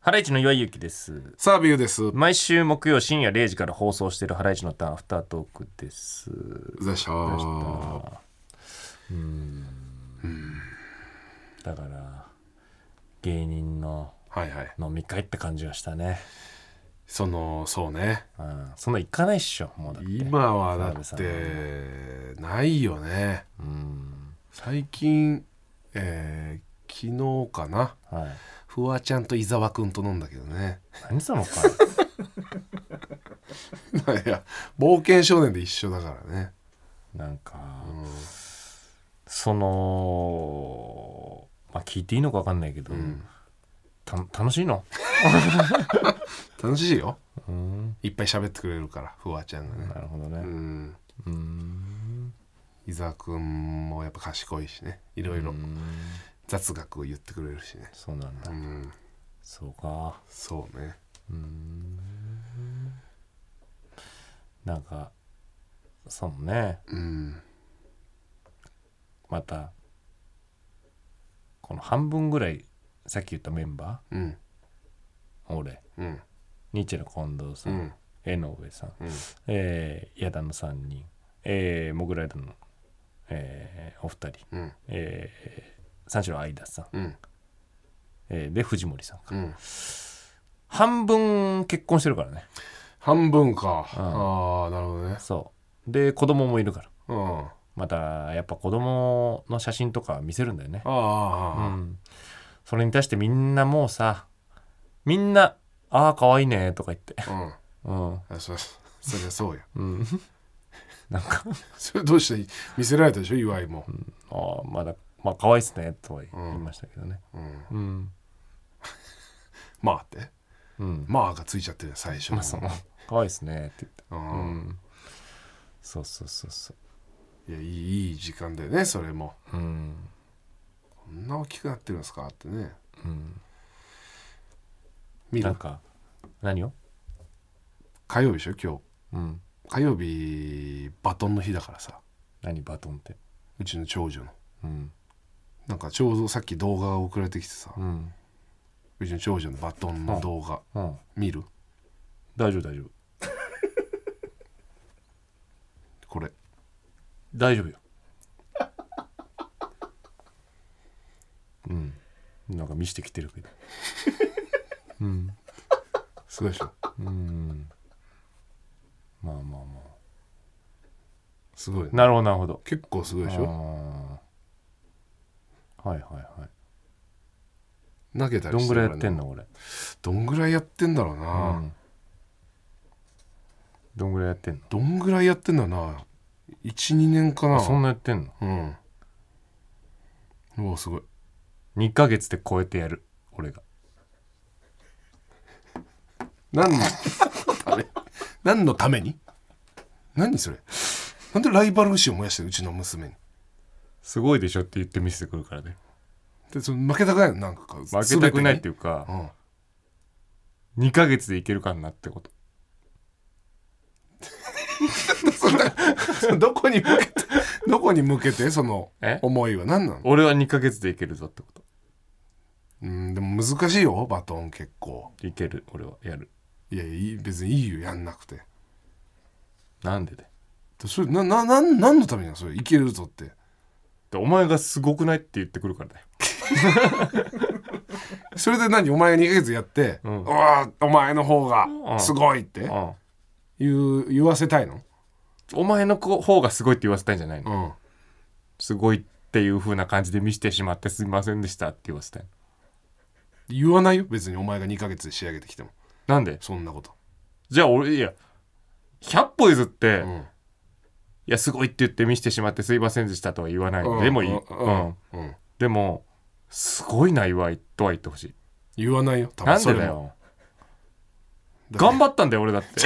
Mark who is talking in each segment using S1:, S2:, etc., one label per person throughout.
S1: ハライチの岩井ゆきです。
S2: サービューです。
S1: 毎週木曜深夜0時から放送しているハライチのターンアフタートークです。
S2: でしょ
S1: だから、芸人の
S2: はいはい。
S1: 飲み会って感じがしたね。
S2: その、そうね。
S1: うん。そんな行かないっしょ、もうだって。
S2: 今はだ
S1: 澤
S2: っ
S1: 部
S2: て、ないよね。
S1: うん。
S2: 最近、えー、昨日かな。
S1: はい。
S2: フワちゃんと伊沢くんと飲んだけどね。
S1: 何そのか。
S2: いや、冒険少年で一緒だからね。
S1: なんか、
S2: うん
S1: その、まあ聞いていいのか分かんないけど、
S2: うん
S1: た楽しいの
S2: 楽しいよ。
S1: うん。
S2: いっぱい喋ってくれるから、フワちゃんがね。
S1: なるほど
S2: う
S1: ね。
S2: ん。
S1: うん。
S2: 伊沢くんもやっぱ賢いしね。いろいろ雑学を言ってくれるしね。
S1: そうなんだ
S2: う。ん。
S1: そうか。
S2: そうね。
S1: うんなんかそうね
S2: うん。
S1: またこの半分ぐらいさっき言ったメンバ
S2: うん。
S1: ー俺
S2: うん。
S1: ニッチェの近藤さ、
S2: うんん。
S1: 江上さん、
S2: うん
S1: えー、矢田の3人、えー、モグライダーの、えー、お二人、
S2: うん。
S1: えー、三四郎相田さん、
S2: うん。
S1: えー、で藤森さんか
S2: うん。
S1: 半分結婚してるからね
S2: 半分か。
S1: うん
S2: ああ、なるほどね。
S1: そうで子供もいるから
S2: うん。あ
S1: またやっぱ子供の写真とか見せるんだよね
S2: ああ
S1: う
S2: あ、ああ
S1: ん、それに対してみんなもうさみんな「ああかわいいね」とか言って
S2: うん。
S1: うん、
S2: あそそりゃそうや。
S1: うん、 なんか
S2: それどうして見せられたでしょ、岩井も。
S1: 「ああまだまあかわいいっすね」とは言いましたけどね
S2: うん。
S1: うん
S2: まあって。
S1: うん、
S2: まあがついちゃってるやん最初
S1: ま
S2: に
S1: あそ の「かわいいっすね」って言って
S2: う。
S1: うんんそうそうそうそ
S2: いや、いいいい時間だよね、それも。
S1: ううん
S2: こんな大きくなってるんですかってね。
S1: うん
S2: 見
S1: な
S2: る
S1: ん。か何を
S2: 火曜日でしょ、今
S1: う
S2: 日。
S1: ん
S2: 火曜日、バトンの日だからさ。
S1: 何バトンって
S2: うちの長女の。
S1: うん
S2: なんかちょうどさっき動画が送られてきてさ、
S1: うん
S2: うちの長女のバトンの動画、
S1: うん
S2: 見る
S1: 大丈夫大丈夫
S2: これ。
S1: 大丈夫よ うんなんか見してきてるけどうん
S2: すごいでしょ。
S1: うんまあまあます
S2: ごい
S1: あ。なるほどなるほど
S2: 結構すごいでしょ
S1: あーはいはいはい
S2: 投げた
S1: ど
S2: り
S1: ん
S2: し
S1: ぐ
S2: て
S1: らいやって
S2: ん
S1: ん
S2: の
S1: の俺
S2: どんぐらいやってんだろうな、
S1: うんどんぐらいやってんの
S2: どんぐらいやってんだろうな12年かな
S1: あそんなやってんの
S2: うんうわすごい
S1: 2ヶ月で超えてやる俺が
S2: 何 のため何のために何それなんでライバル心を燃やしてるうちの娘に
S1: すごいでしょって言って見せてくるからね
S2: でその負けたくないのなんかか
S1: 負けたくないって
S2: い
S1: いうか
S2: う、ん、
S1: 2ヶ月でいけるかなってこと
S2: それそれどこに向 けてどこに向けてその
S1: え
S2: 思いは何なの
S1: 俺は2ヶ月でいけるぞってこと
S2: うんでも難しいよバトン結構
S1: いける俺はやる
S2: いやいい別にいいよやんなくて
S1: なんでで
S2: でそれなななん何のためになのそれいけるぞって
S1: お前がすごくないって言ってくるからだよ
S2: それで何お前が2ヶ月やって、う
S1: うん
S2: わーお前の方が
S1: ん
S2: すごいって言う言わせたいの、
S1: お前の子方がすごいって言わせたいんじゃないの、
S2: うん、
S1: すごいっていう風な感じで見せてしまってすみませんでしたって言わせたいの
S2: 言わないよ別にお前が2ヶ月で仕上げてきても
S1: なんで
S2: そんなこと、
S1: じゃあ俺いや100歩譲って、
S2: う
S1: い
S2: ん
S1: やすごいって言って見せてしまってすいませんでしたとは言わない、
S2: うん
S1: でもいい、
S2: う
S1: うんん
S2: うんうん
S1: でもすごいな岩井とは言ってほしい
S2: 言わないよ多
S1: なん
S2: そ
S1: で
S2: れ
S1: だ
S2: も
S1: よ
S2: だから
S1: 頑張ったんだよ俺だって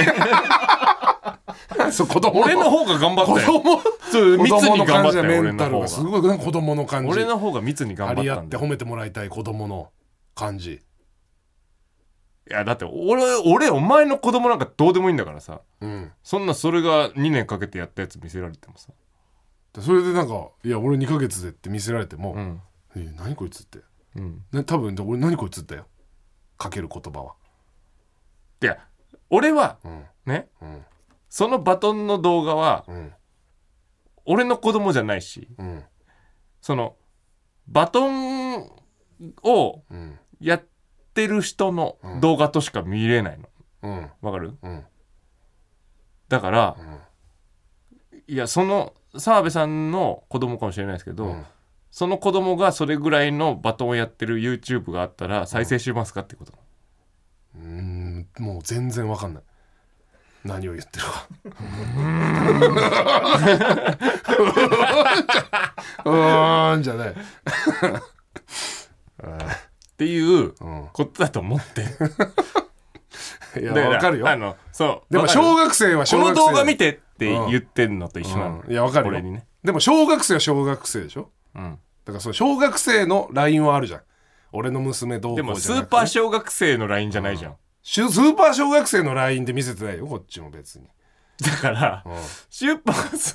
S2: そう子供
S1: 俺の方が頑張
S2: 子
S1: ったよ
S2: 供
S1: そう
S2: 子
S1: 密
S2: 供の
S1: に頑張
S2: 感
S1: っ
S2: じ
S1: たよ
S2: だメ
S1: 俺
S2: ン
S1: の
S2: タ
S1: 方
S2: ルが
S1: が
S2: すごいなんか子供の感じ
S1: 俺の方が密に
S2: 張
S1: 頑張っ
S2: り合
S1: た
S2: っ
S1: ん
S2: て
S1: だ
S2: 褒
S1: よ
S2: めてもらいたい子供の感じ
S1: いやだって俺俺お前の子供なんかどうでもいいんだからさ
S2: うん
S1: そんなそれが2年かけてやったやつ見せられてもさ、
S2: でそれでなんか「いや俺2ヶ月で」って見せられても「
S1: ん
S2: え何こいつ」って
S1: うん、
S2: ね、多分で俺何こいつだよかける言葉は。
S1: いや俺は
S2: うん。
S1: ね
S2: うん。
S1: そのバトンの動画は
S2: うん。
S1: 俺の子供じゃないし
S2: うん。
S1: そのバトンを
S2: うん。
S1: やってる人の動画としか見れないの
S2: うん。
S1: わかる
S2: うん。
S1: だから
S2: うん。
S1: いやその澤部さんの子供かもしれないですけど、
S2: うん
S1: その子供がそれぐらいのバトンをやってる YouTube があったら再生しますかってこと、
S2: うーんもう全然わかんない何を言ってるかうーんじゃない
S1: っていう
S2: うん
S1: ことだと思って
S2: いや
S1: だら
S2: わかるよ
S1: あのそう
S2: でも
S1: わかる
S2: 小学生は
S1: こ
S2: 小
S1: の
S2: 学生
S1: 動画見てって言ってんのと一緒なの、
S2: うんいやわかるよ
S1: 俺にね、
S2: でも小学生は小学生でしょ
S1: うん、
S2: だからその小学生の LINE はあるじゃん俺の娘どうこうじ
S1: で
S2: ゃな
S1: も
S2: くて
S1: スーパー小学生の LINE じゃないじゃん、
S2: しゅスーパー小学生の LINE で見せてないよこっちも別に、
S1: だから
S2: うん
S1: スーパー ス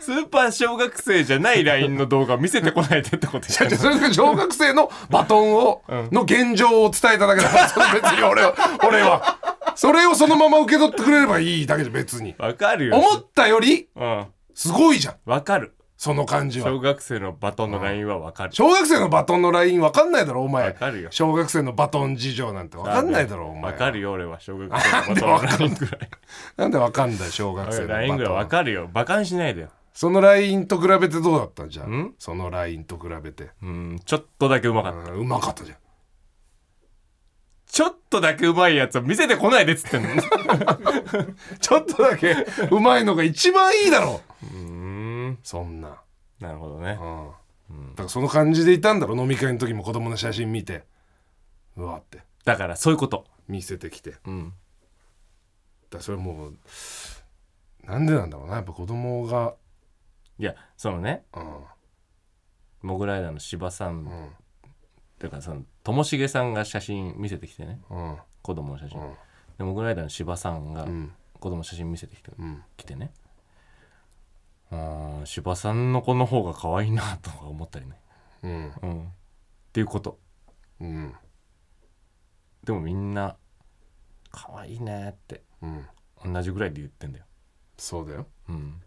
S1: スーパー小学生じゃない LINE の動画見せてこないでってことじ
S2: いや
S1: ゃ
S2: いやそれが小学生のバトンを、
S1: うん
S2: の現状を伝えただけだからそれ別に俺は俺はそれをそのまま受け取ってくれればいいだけで別に
S1: わかるよ
S2: 思ったより
S1: うん
S2: すごいじゃん
S1: わかる
S2: その感じ
S1: 小
S2: は
S1: 学生のバトンの LINE はわかる
S2: 小学生のバトンのライン分かんないだろお
S1: わ
S2: 前
S1: かるよ
S2: 小学生のバトン事情なんて分かんないだろお
S1: わ
S2: 前
S1: かるよ俺は小学生のバトンの LINE ぐらい
S2: なんで分かんだよ小学生の
S1: LINE ぐらい
S2: バ
S1: わ
S2: トン
S1: かるよバカにしないでよ
S2: そのラインと比べてどうだったんじゃん
S1: ん
S2: そのラインと比べて
S1: うんちょっとだけうまか
S2: う
S1: った
S2: んうまかったじゃん
S1: ちょっとだけうまいやつを見せてこないでっつってん の
S2: ちょっとだけうまいのが一番いいだろ
S1: うん
S2: そんな
S1: なるほどね
S2: うん、だからその感じでいたんだろ飲み会の時も子供の写真見てうわーって
S1: だからそういうこと
S2: 見せてきてだか
S1: うん
S2: らそれもうなんでなんだろうなやっぱ子供が
S1: いやそのね
S2: うん
S1: モグライダーの芝さん
S2: うん
S1: だからそのともしげさんが写真見せてきてね
S2: うん
S1: 子供の写真、
S2: うん
S1: でモグライダーの芝さんが
S2: うん
S1: 子供の写真見せてきて,、
S2: うん
S1: きてねうーん芝さんの子の方が可愛いなとか思ったりね、
S2: うん
S1: うん、っていうこと
S2: うん
S1: でもみんな可愛いねって
S2: うん
S1: 同じぐらいで言ってんだよ、
S2: そうだよ
S1: うん、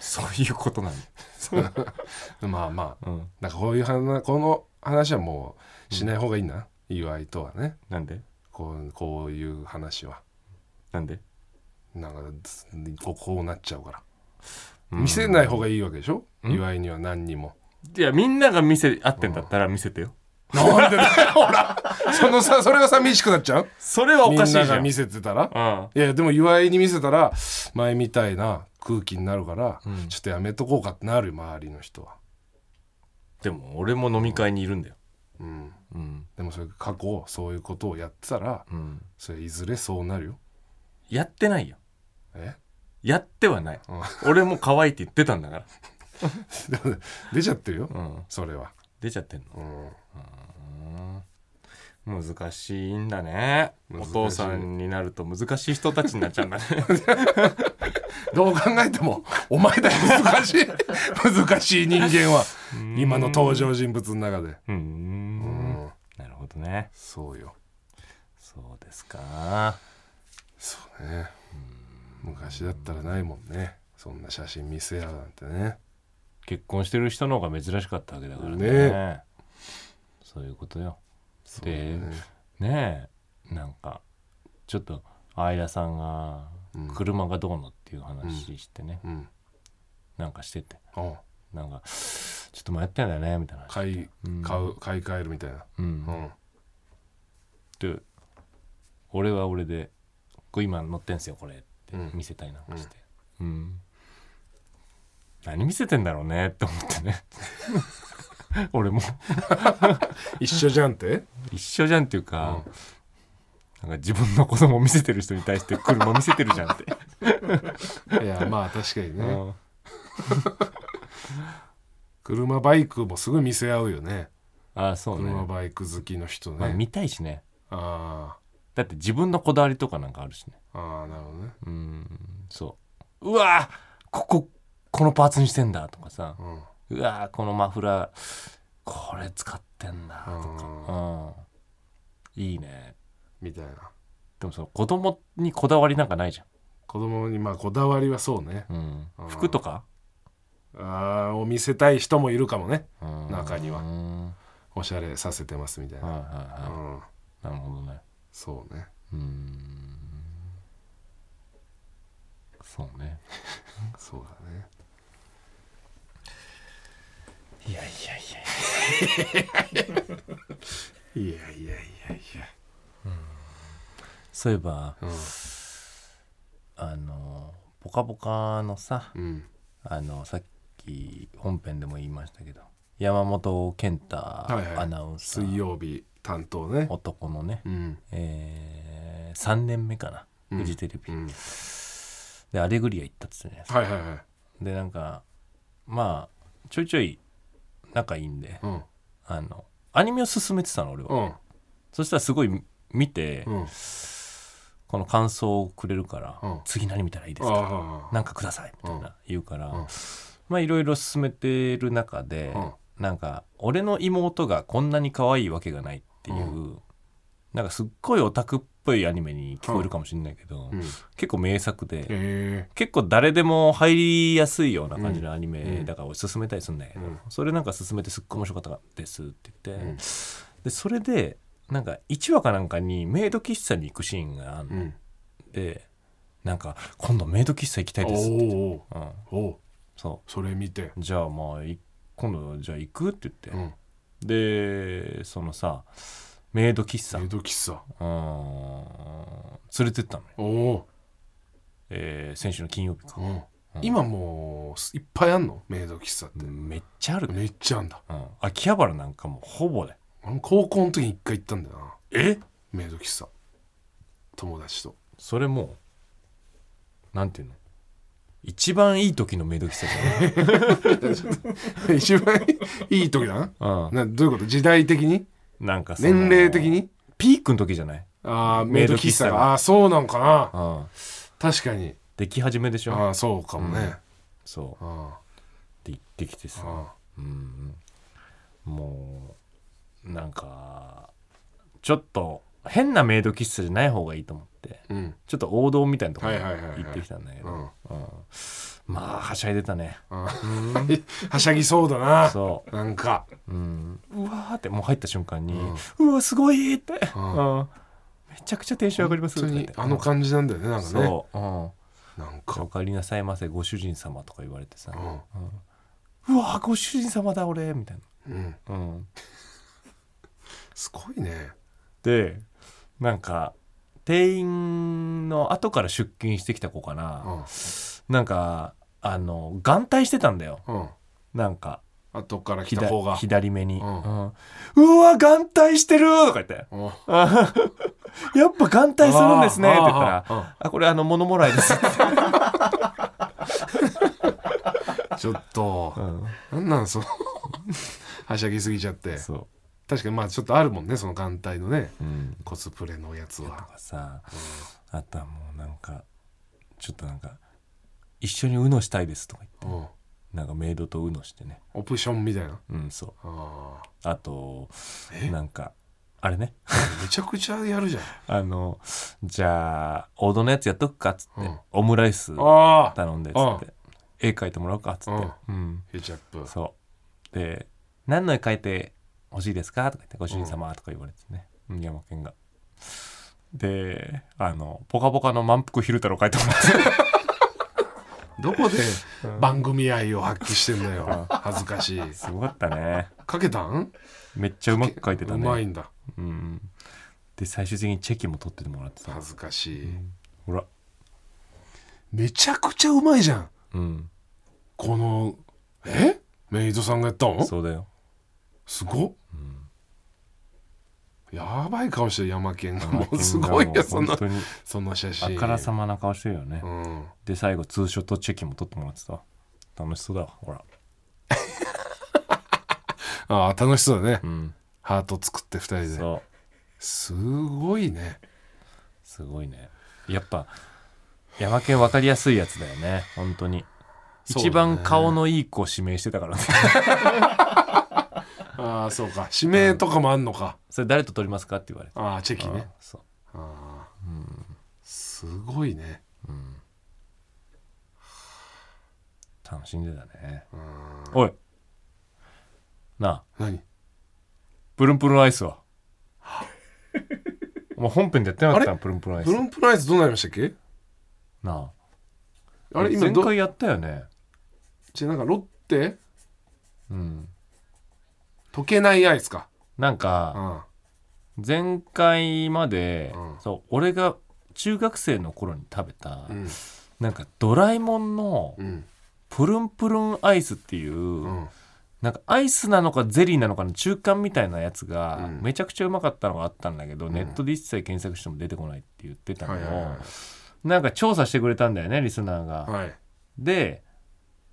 S1: そういうことなんだ、
S2: まあまあ
S1: うん、
S2: なんかこういう話この話はもうしない方がいいな、岩井とはね
S1: なんで
S2: こうこういう話は
S1: なんで
S2: なんかこうこうなっちゃうから、
S1: うん
S2: 見せない方がいいわけでしょ、
S1: うん
S2: 岩井には何にも
S1: いやみんなが見せ合ってんだったら見せてよ
S2: なんでだよ、ほら。そのさ、それが寂しくなっちゃう
S1: それはお
S2: み
S1: か
S2: ん
S1: しいじゃ
S2: なんが見せてたら。
S1: うん
S2: いや、でも岩井に見せたら、前みたいな空気になるから、
S1: うん
S2: ちょっとやめとこうかってなるよ、周りの人は。
S1: でも俺も飲み会にいるんだよ
S2: うん。
S1: うん
S2: でもそれ過去、そういうことをやってたら、
S1: うん
S2: それいずれそうなるよ。
S1: やってないよ
S2: え
S1: やってはない
S2: うん
S1: 俺も可愛いって言ってたんだから
S2: でも出ちゃってるよ、
S1: うん
S2: それは。
S1: 出ちゃってん
S2: うん。
S1: の難しいんだね
S2: 難
S1: お
S2: しい
S1: 父さんになると難しい人たちになっちゃうん だね
S2: どう考えても、お前だよ、難しい。難しい人間は、今の登場人物の中で。
S1: うー
S2: うんん。
S1: なるほどね
S2: そうよ。
S1: そうですか
S2: そうね昔だったらないもんねそんな写真見せ合うなんてね
S1: 結婚してる人の方が珍しかったわけだからね
S2: ね
S1: そういうことよ
S2: そう
S1: で
S2: ね
S1: ねえなんかちょっと相田さんが
S2: うん
S1: 車がどうのっていう話してね、
S2: うん
S1: なんかしてて
S2: あ
S1: なんかちょっと迷ってんだよねみたいな話
S2: 買い
S1: うん
S2: 買う買い替えるみたいな
S1: うん
S2: う、ん
S1: で俺は俺でこれ今乗ってんすよこれって
S2: うん
S1: 見せたりなんかして、うん何見せてんだろうねって思って ね俺も
S2: 一緒じゃんって
S1: 一緒じゃんっていうか、なんか自分の子供見せてる人に対して車見せてるじゃん って、
S2: いやまあ確かに
S1: う
S2: ね
S1: ん
S2: 車バイクもすぐ見せ合うよね
S1: ああそうね
S2: 車バイク好きの人
S1: まあ、
S2: ね
S1: 見たいしね
S2: あ
S1: だって自分のこだわりとかなんかあるしね
S2: ーあーなるほどね
S1: うんそううわーこここのパーツにしてんだとかさ
S2: うん
S1: うわーこのマフラーこれ使ってんだと
S2: う
S1: か、うん、いいね
S2: みたいな
S1: でもその子供にこだわりなんかないじ
S2: 子供にまあこだわりはそうね
S1: ゃん、うん
S2: うん
S1: 服とか、
S2: あーを見せたい人もいるかもね
S1: うん
S2: 中には
S1: うん
S2: おしゃれさせてますみたい
S1: はい
S2: な、
S1: はいうは
S2: ん、
S1: いなるほどね
S2: そうね
S1: うんそうね
S2: そうだね
S1: いやいやいや
S2: いやいやいやいや
S1: そういえば
S2: うん
S1: あの「ぽかぽか」のさ
S2: うん
S1: あのさっき本編でも言いましたけど山本健太
S2: いはい
S1: アナウンサー、
S2: 水曜日担当ね
S1: 男のね、
S2: うん
S1: えー、3年目かな
S2: うん
S1: フジテレビ、
S2: うん
S1: で「アレグリア」行ったっつってね
S2: はいはいはい
S1: でなんかまあちょいちょい仲いいんで
S2: うん
S1: あのアニメを進めてたの俺は、
S2: うん
S1: そしたらすごい見て、
S2: うん
S1: この感想をくれるから、
S2: うん
S1: 次何見たらいいですか
S2: あ
S1: なんかくださいみたいな言うから、
S2: うん
S1: まあいろいろ進めてる中で、
S2: うん
S1: なんか俺の妹がこんなに可愛いわけがないっていう、なんかすっごいオタクっぽいアニメに聞こえるかもしれないけど、
S2: あうんへ
S1: 結構名作で、
S2: え
S1: 結構誰でも入りやすいような感じのアニメだから進めたりするんだけど、
S2: うん
S1: それなんか進めてすっごい面白かったですって言って、
S2: うん
S1: でそれでなんか1話かなんかにメイド喫茶に行くシーンがある
S2: う
S1: の
S2: ん
S1: で、なんか「今度メイド喫茶行きたい
S2: お
S1: です」って言って、
S2: お
S1: うん、
S2: おお
S1: そ
S2: それ見て
S1: うじゃあまあい今度じゃあ行くって言って、
S2: うん
S1: でそのさメイド喫茶、
S2: 江戸喫茶
S1: うん、連れてったのよ、
S2: おお
S1: えー先週の金曜日か、
S2: うん
S1: うん
S2: 今もういっぱいあんのメイド喫茶って
S1: めっちゃあるね
S2: めっちゃあんだ
S1: うん、秋葉原なんかもうほぼだよ
S2: 俺も高校の時に一回行ったんだよな
S1: え
S2: メイド喫茶友達と
S1: それもうなんていうの一番いい時のメイド喫茶じ
S2: 一番いい時だな
S1: ゃない、
S2: などういうこと時代的に
S1: うん、なんかその
S2: 年齢的に
S1: ピークの時じゃない、
S2: ああ
S1: メ
S2: メ
S1: イ
S2: イ
S1: ド
S2: ド
S1: 喫
S2: 喫
S1: 茶
S2: 茶
S1: が
S2: がああーそうなんかな
S1: うん、
S2: 確かに
S1: でき始めでしょ
S2: ああそうかもね
S1: そうっ
S2: あ
S1: て言ってきて
S2: あ
S1: さ、
S2: あ
S1: うん、もうなんかちょっと変なメイド喫茶じゃない方がいいと思って
S2: あうん
S1: ちょっと王道みたいなところに
S2: はいはいはいはい
S1: 行ってきたんだけど、
S2: うん
S1: うんまあはしゃいでたね
S2: ああ はしゃぎそうだな
S1: そう
S2: なんか
S1: うん、うわーってもう入った瞬間に「うわすごい!」って、
S2: ん
S1: うんめちゃくちゃテンション上がります
S2: 本
S1: っ
S2: 当
S1: て言っ
S2: に
S1: て
S2: あの感じなんだよねなんかね
S1: そう、うん
S2: なん
S1: じゃあ「
S2: か
S1: おかえりなさいませご主人様」とか言われてさ「
S2: うん
S1: うわーご主人様だ俺」みたい
S2: うん
S1: な、うん、
S2: すごいね
S1: でなんか店員の後から出勤してきた子か
S2: う
S1: な、
S2: ん
S1: なんかあの眼帯してたんだよ
S2: うん
S1: なんか
S2: 後から来た
S1: 左
S2: 方が
S1: 左目に、
S2: う
S1: うんんうわ眼帯してる!」とか言って
S2: うん
S1: やっぱ眼帯するんですね」
S2: あ
S1: っ
S2: ー
S1: て言ったら
S2: あーあ
S1: 「あこれあの物もらい です」
S2: ちょっとなんなんその はしゃぎすぎちゃって
S1: そ
S2: 確かにまあちょっとあるもんねその眼帯のね
S1: う、うん、
S2: コスプレのやつ
S1: と
S2: は
S1: かさあとはもうなんかちょっとなんか「一緒に UNO したいです」とか言って
S2: うん
S1: なんかメイドと UNO してね
S2: オプションみたいな
S1: うんそう
S2: あ
S1: あと
S2: え
S1: なんかあれね
S2: ーめちゃくちゃやるじゃん
S1: あのじゃあ王道のやつやっとくかっつって、
S2: うん
S1: オムライス
S2: ああ
S1: 頼んでっつって、絵描いてもらおうかっつって、うん、
S2: ケチャップ
S1: そうで「何の絵描いてほしいですか?」とか言って「ご主人様」とか言われてね、うん、山県が。であの「ぽかぽか」の満腹昼太郎描いてもら って
S2: どこで番組愛を発揮してんだよ恥ずかしい
S1: すごかったね
S2: かけたん
S1: めっちゃうまく描いてた
S2: う
S1: ね
S2: まいんだ
S1: うん、で最終的にチェキも取っててもらってた
S2: 恥ずかしい
S1: ほら
S2: めちゃくちゃうまいじゃん
S1: うん
S2: このえメイドさんがやったの
S1: そうだよ
S2: すごっやばい顔してるヤマケンがも
S1: マーキングがも
S2: うすごいよその
S1: 本当に
S2: その写真
S1: あからさまな顔してるよね、
S2: うん
S1: で最後ツーショットチェキも取ってもらってたわ楽しそうだわほら
S2: ああ楽しそうだね
S1: うん
S2: ハート作って二人で
S1: そう
S2: すごいね
S1: すごいねやっぱヤマケン分かりやすいやつだよね本当に
S2: そうだね
S1: 一番顔のいい子指名してたからね
S2: ああそうか指名とかもあんのか、
S1: それ誰と撮りますかって言われて
S2: ああチェキね
S1: あそう
S2: ああすごいね
S1: 楽しんでたねおいなあ
S2: 何
S1: プルンプルンアイス はお前本編でやってなかった
S2: あ
S1: のプルンプルンアイス
S2: ブロンプライズどうなりましたっけ
S1: なあ
S2: あれ今
S1: 前
S2: ど
S1: 回やったよね
S2: じゃあなんかロッテ
S1: うん
S2: 溶けないアイスか
S1: なんか、
S2: あ
S1: 前回まで、
S2: うん
S1: そう俺が中学生の頃に食べた、
S2: あうん
S1: なんかドラえもんの
S2: うん
S1: プルンプルンアイスっていう、
S2: うん
S1: なんかアイスなのかゼリーなのかの中間みたいなやつが
S2: うん
S1: めちゃくちゃうまかったのがあったんだけど、
S2: ん
S1: ネットで一切検索しても出てこないって言ってたのを、
S2: はいはいは
S1: なんか調査してくれたんだよねリスナーが。
S2: いはい
S1: で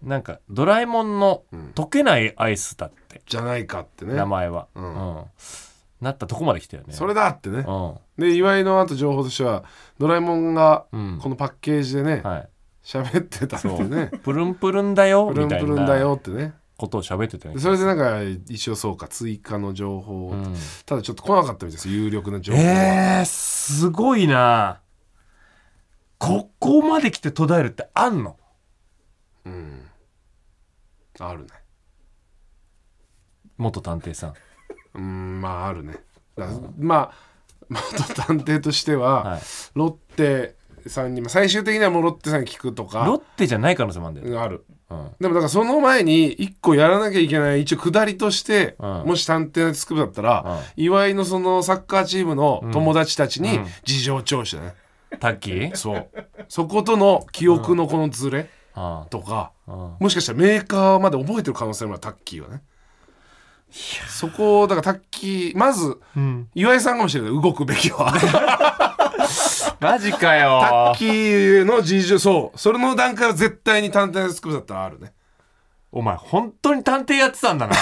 S1: なんかドラえもんの
S2: うん
S1: 溶けないアイスだって、
S2: じゃないかってね
S1: 名前は、
S2: う
S1: うんんなったとこまで来たよね。
S2: それだってね
S1: うん
S2: で岩井のあと情報としてはドラえもんが
S1: うん
S2: このパッケージでね
S1: はい
S2: 喋ってたってね
S1: プルンプルンだよ
S2: プル
S1: み
S2: ン
S1: た
S2: プ
S1: い
S2: ルンだよ
S1: な
S2: ってね
S1: ことを喋ってたよ
S2: で
S1: ね
S2: それでなんか一応そうか追加の情報を、
S1: うん
S2: ただちょっと来なかったみたいです有力な情報は、
S1: えー、すごいなここまで来て途絶えるってあんの
S2: うんあるね
S1: 元探偵さん
S2: うんまああるねだまあ元探偵としては、
S1: はい
S2: ロッテさんにまあ最終的にはもうロッテさんに聞くと
S1: ロッ
S2: か
S1: テじゃない可能性もあるんだよ、
S2: がある
S1: うん
S2: でもだからその前に一個やらなきゃいけない一応下りとして、
S1: うん
S2: もし探偵のスクープだったら、岩井のそのサッカーチームの友達たちに
S1: うん
S2: 事情聴取だね、
S1: タッキー
S2: そうそことの記憶のこのズレ
S1: あ
S2: とか、
S1: あ
S2: もしかしたらメーカーまで覚えてる可能性もあるタッキーはねそこをだからタッキーまず
S1: うん、
S2: 岩井さんかもしれない動くべきは
S1: マジか
S2: タ
S1: よ
S2: ッキーの事情そうそれの段階は絶対に探偵のスクープだったらあるね
S1: お前本当に探偵やってたんだな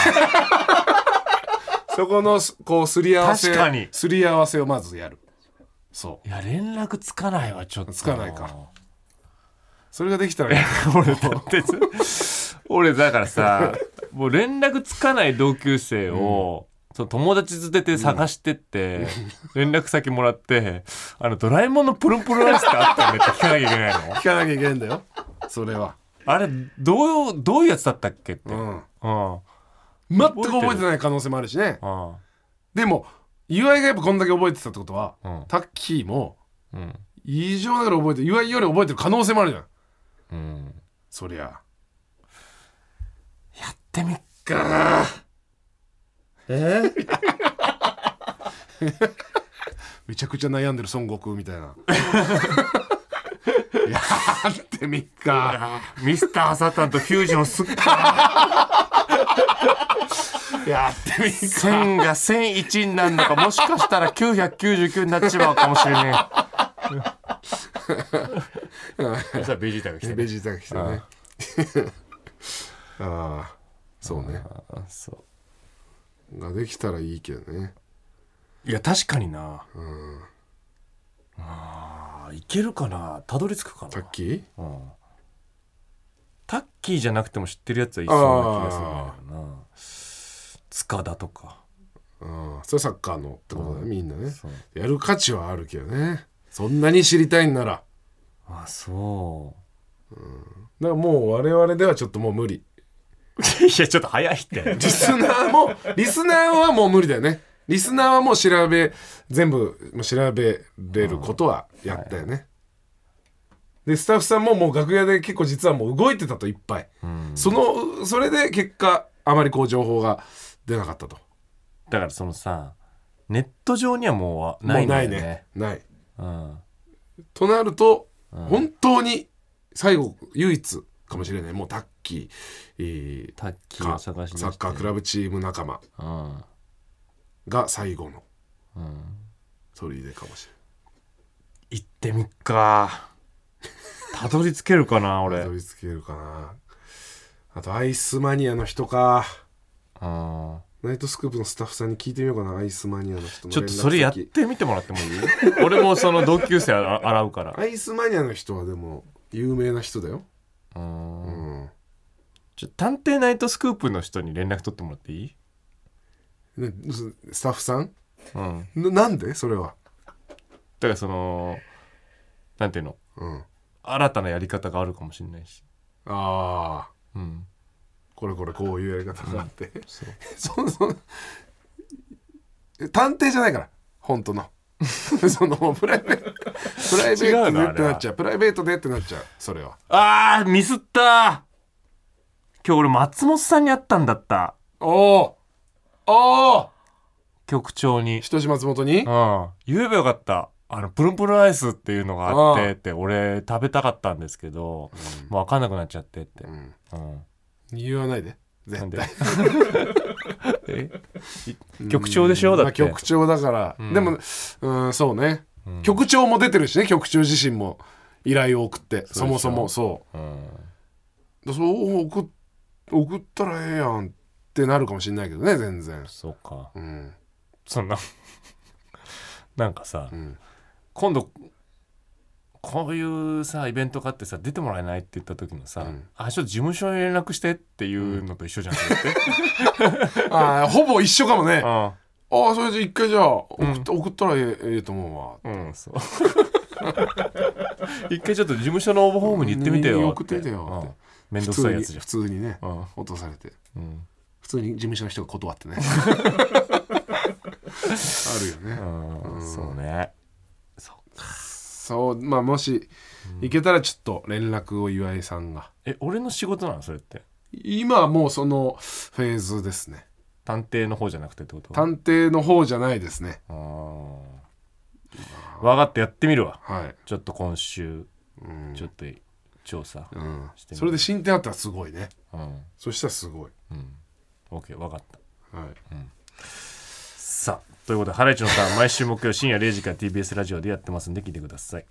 S2: そこのすこうすり合わせ
S1: 確かに
S2: すり合わせをまずやるそう
S1: いや連絡つかないわちょっと
S2: つかないかそれができ たら
S1: 俺だってさ俺だからさもう連絡つかない同級生を、その友達連れて探してって、連絡先もらって「あのドラえもんのプルンプルンアイスってあったよね」って聞かなきゃいけないの
S2: 聞かなきゃいけないんだよそれは
S1: あれどうどういうやつだったっけって、
S2: う
S1: うんう
S2: ん
S1: ん
S2: 全く覚えてない可能性もあるしねでも岩井がやっぱこんだけ覚えてたってことは、
S1: うん
S2: タッキーも
S1: うん
S2: 異常だから覚えてる岩井より覚えてる可能性もあるじゃん
S1: うん
S2: そりゃ
S1: やってみっ
S2: めちゃくちゃ悩んでる孫悟空みた いなやってみっか
S1: ミスターサタンとフュージョンすっか
S2: やってみっか
S1: 1000が1001になるのかもしかしたら999になっちまうかもしれねえそしたらベジータが来て
S2: ベジータが来てね ああそうね
S1: そ
S2: ができたらいいけどね
S1: ういや確かになあーいけるかなたどり着くか
S2: タ
S1: な
S2: ッキー
S1: うんタッキーじゃなくても知ってるやつはいそうな気がするんだよな塚田とか
S2: ああそれサッカーのってことだねみんなね
S1: そう
S2: やる価値はあるけどねそんなに知りたいんならだか
S1: あそう
S2: らもう我々ではちょっともう無理
S1: いやちょっと早いって
S2: リスナ ーもリスナーはもう無理だよねリスナーはもう調べ全部もう調べれることはやったよね、でスタッフさんももう楽屋で結構実はもう動いてたといっぱい、そのそれで結果あまりこう情報が出なかったと
S1: だからそのさネット上にはもうないん
S2: もう
S1: だ
S2: ない
S1: よ
S2: ね
S1: ね
S2: ない
S1: うん
S2: となると、本当に最後唯一かもしれないもうタッキー、えー
S1: タッキーを探し出して
S2: サッカークラブチーム仲間
S1: うん
S2: が最後の
S1: うん
S2: 取り入れかもし
S1: 行ってみっ かたどり着けるかな
S2: れ
S1: 俺
S2: な
S1: うん
S2: い取り付けるかなあとアイスマニアの人かナイトスクープのスタッフさんに聞いてみようかなアイスマニアの人の
S1: ちょっとそれ
S2: 連
S1: や
S2: 絡
S1: っ
S2: 先
S1: てみてもらってもいい 俺もその同級生あ洗うから
S2: アイスマニアの人はでも有名な人だよ
S1: うん
S2: うん
S1: ちょ探偵ナイトスクープの人に連絡取ってもらっていい
S2: ねすスタッフさん
S1: うん、だ
S2: ななんでそれは
S1: からそのなんていうの
S2: うん
S1: 新たなやり方があるかもしれないし、
S2: ああ
S1: うん、
S2: これこれこういうやり方があって
S1: そう
S2: その その探偵じゃないから 本当のそのプライベートプライベ
S1: 違
S2: ー
S1: う
S2: トで
S1: な
S2: ってなっちゃうプライベートでってなっちゃうそれは
S1: あーミスった今日俺松本さんに会ったんだった
S2: おおおお
S1: 局長に
S2: 人志松本に
S1: うん、言えばよかったあのプルンプルンアイスっていうのがあって
S2: うん
S1: って俺食べたかったんですけど、もう分かんなくなっちゃってって、
S2: ん
S1: うん
S2: 言わないで
S1: なん
S2: 絶
S1: で
S2: 対
S1: えい局長でしょだ
S2: ま
S1: っ
S2: あ
S1: て、
S2: 局長だから、
S1: ん
S2: でもうんそうね、
S1: うん
S2: 局長も出てるしね局長自身も依頼を送ってそ
S1: そうでし
S2: も
S1: ょ
S2: そもそ
S1: うん、
S2: うだそう送っ送ったらええやんってなるかもしれないけどね全然
S1: そうか
S2: うん
S1: そんななんかさ、
S2: うん
S1: 今度こういうさイベントがあってさ出てもらえないって言った時のさ、
S2: ん
S1: あちょっと事務所に連絡してっていうのと一緒じゃん、それって
S2: あーほぼ一緒かもねあ
S1: あ
S2: あーそれじゃ一回じゃあ送っ,、送ったらええええと思う
S1: う
S2: わ
S1: んそう一回ちょっと事務所の応募ホームに行ってみてよ
S2: 送ってみてよって
S1: うんめんどくさいやつじゃ
S2: 普通に普通にね、
S1: んうん
S2: 落とされて
S1: うん
S2: 普通に事務所の人が断 ってねあるよね、
S1: うんそうね
S2: そうまあもし行けたらちょっと連絡を岩井さんが
S1: え俺の仕事なのそれって
S2: 今はもうそのフェーズですね
S1: 探偵の方じゃなくてってこと
S2: 探偵の方じゃないですね
S1: あー分かってやってみるわ
S2: はい、
S1: ちょっと今週
S2: うん
S1: ちょっと調査
S2: うん
S1: してみる
S2: それで進展あったらすごいね
S1: うん
S2: そしたらすごい、
S1: うん OK 分かった
S2: はい、
S1: さあということで「ハライチのターン」毎週木曜深夜0時から TBS ラジオでやってますんで聞いてください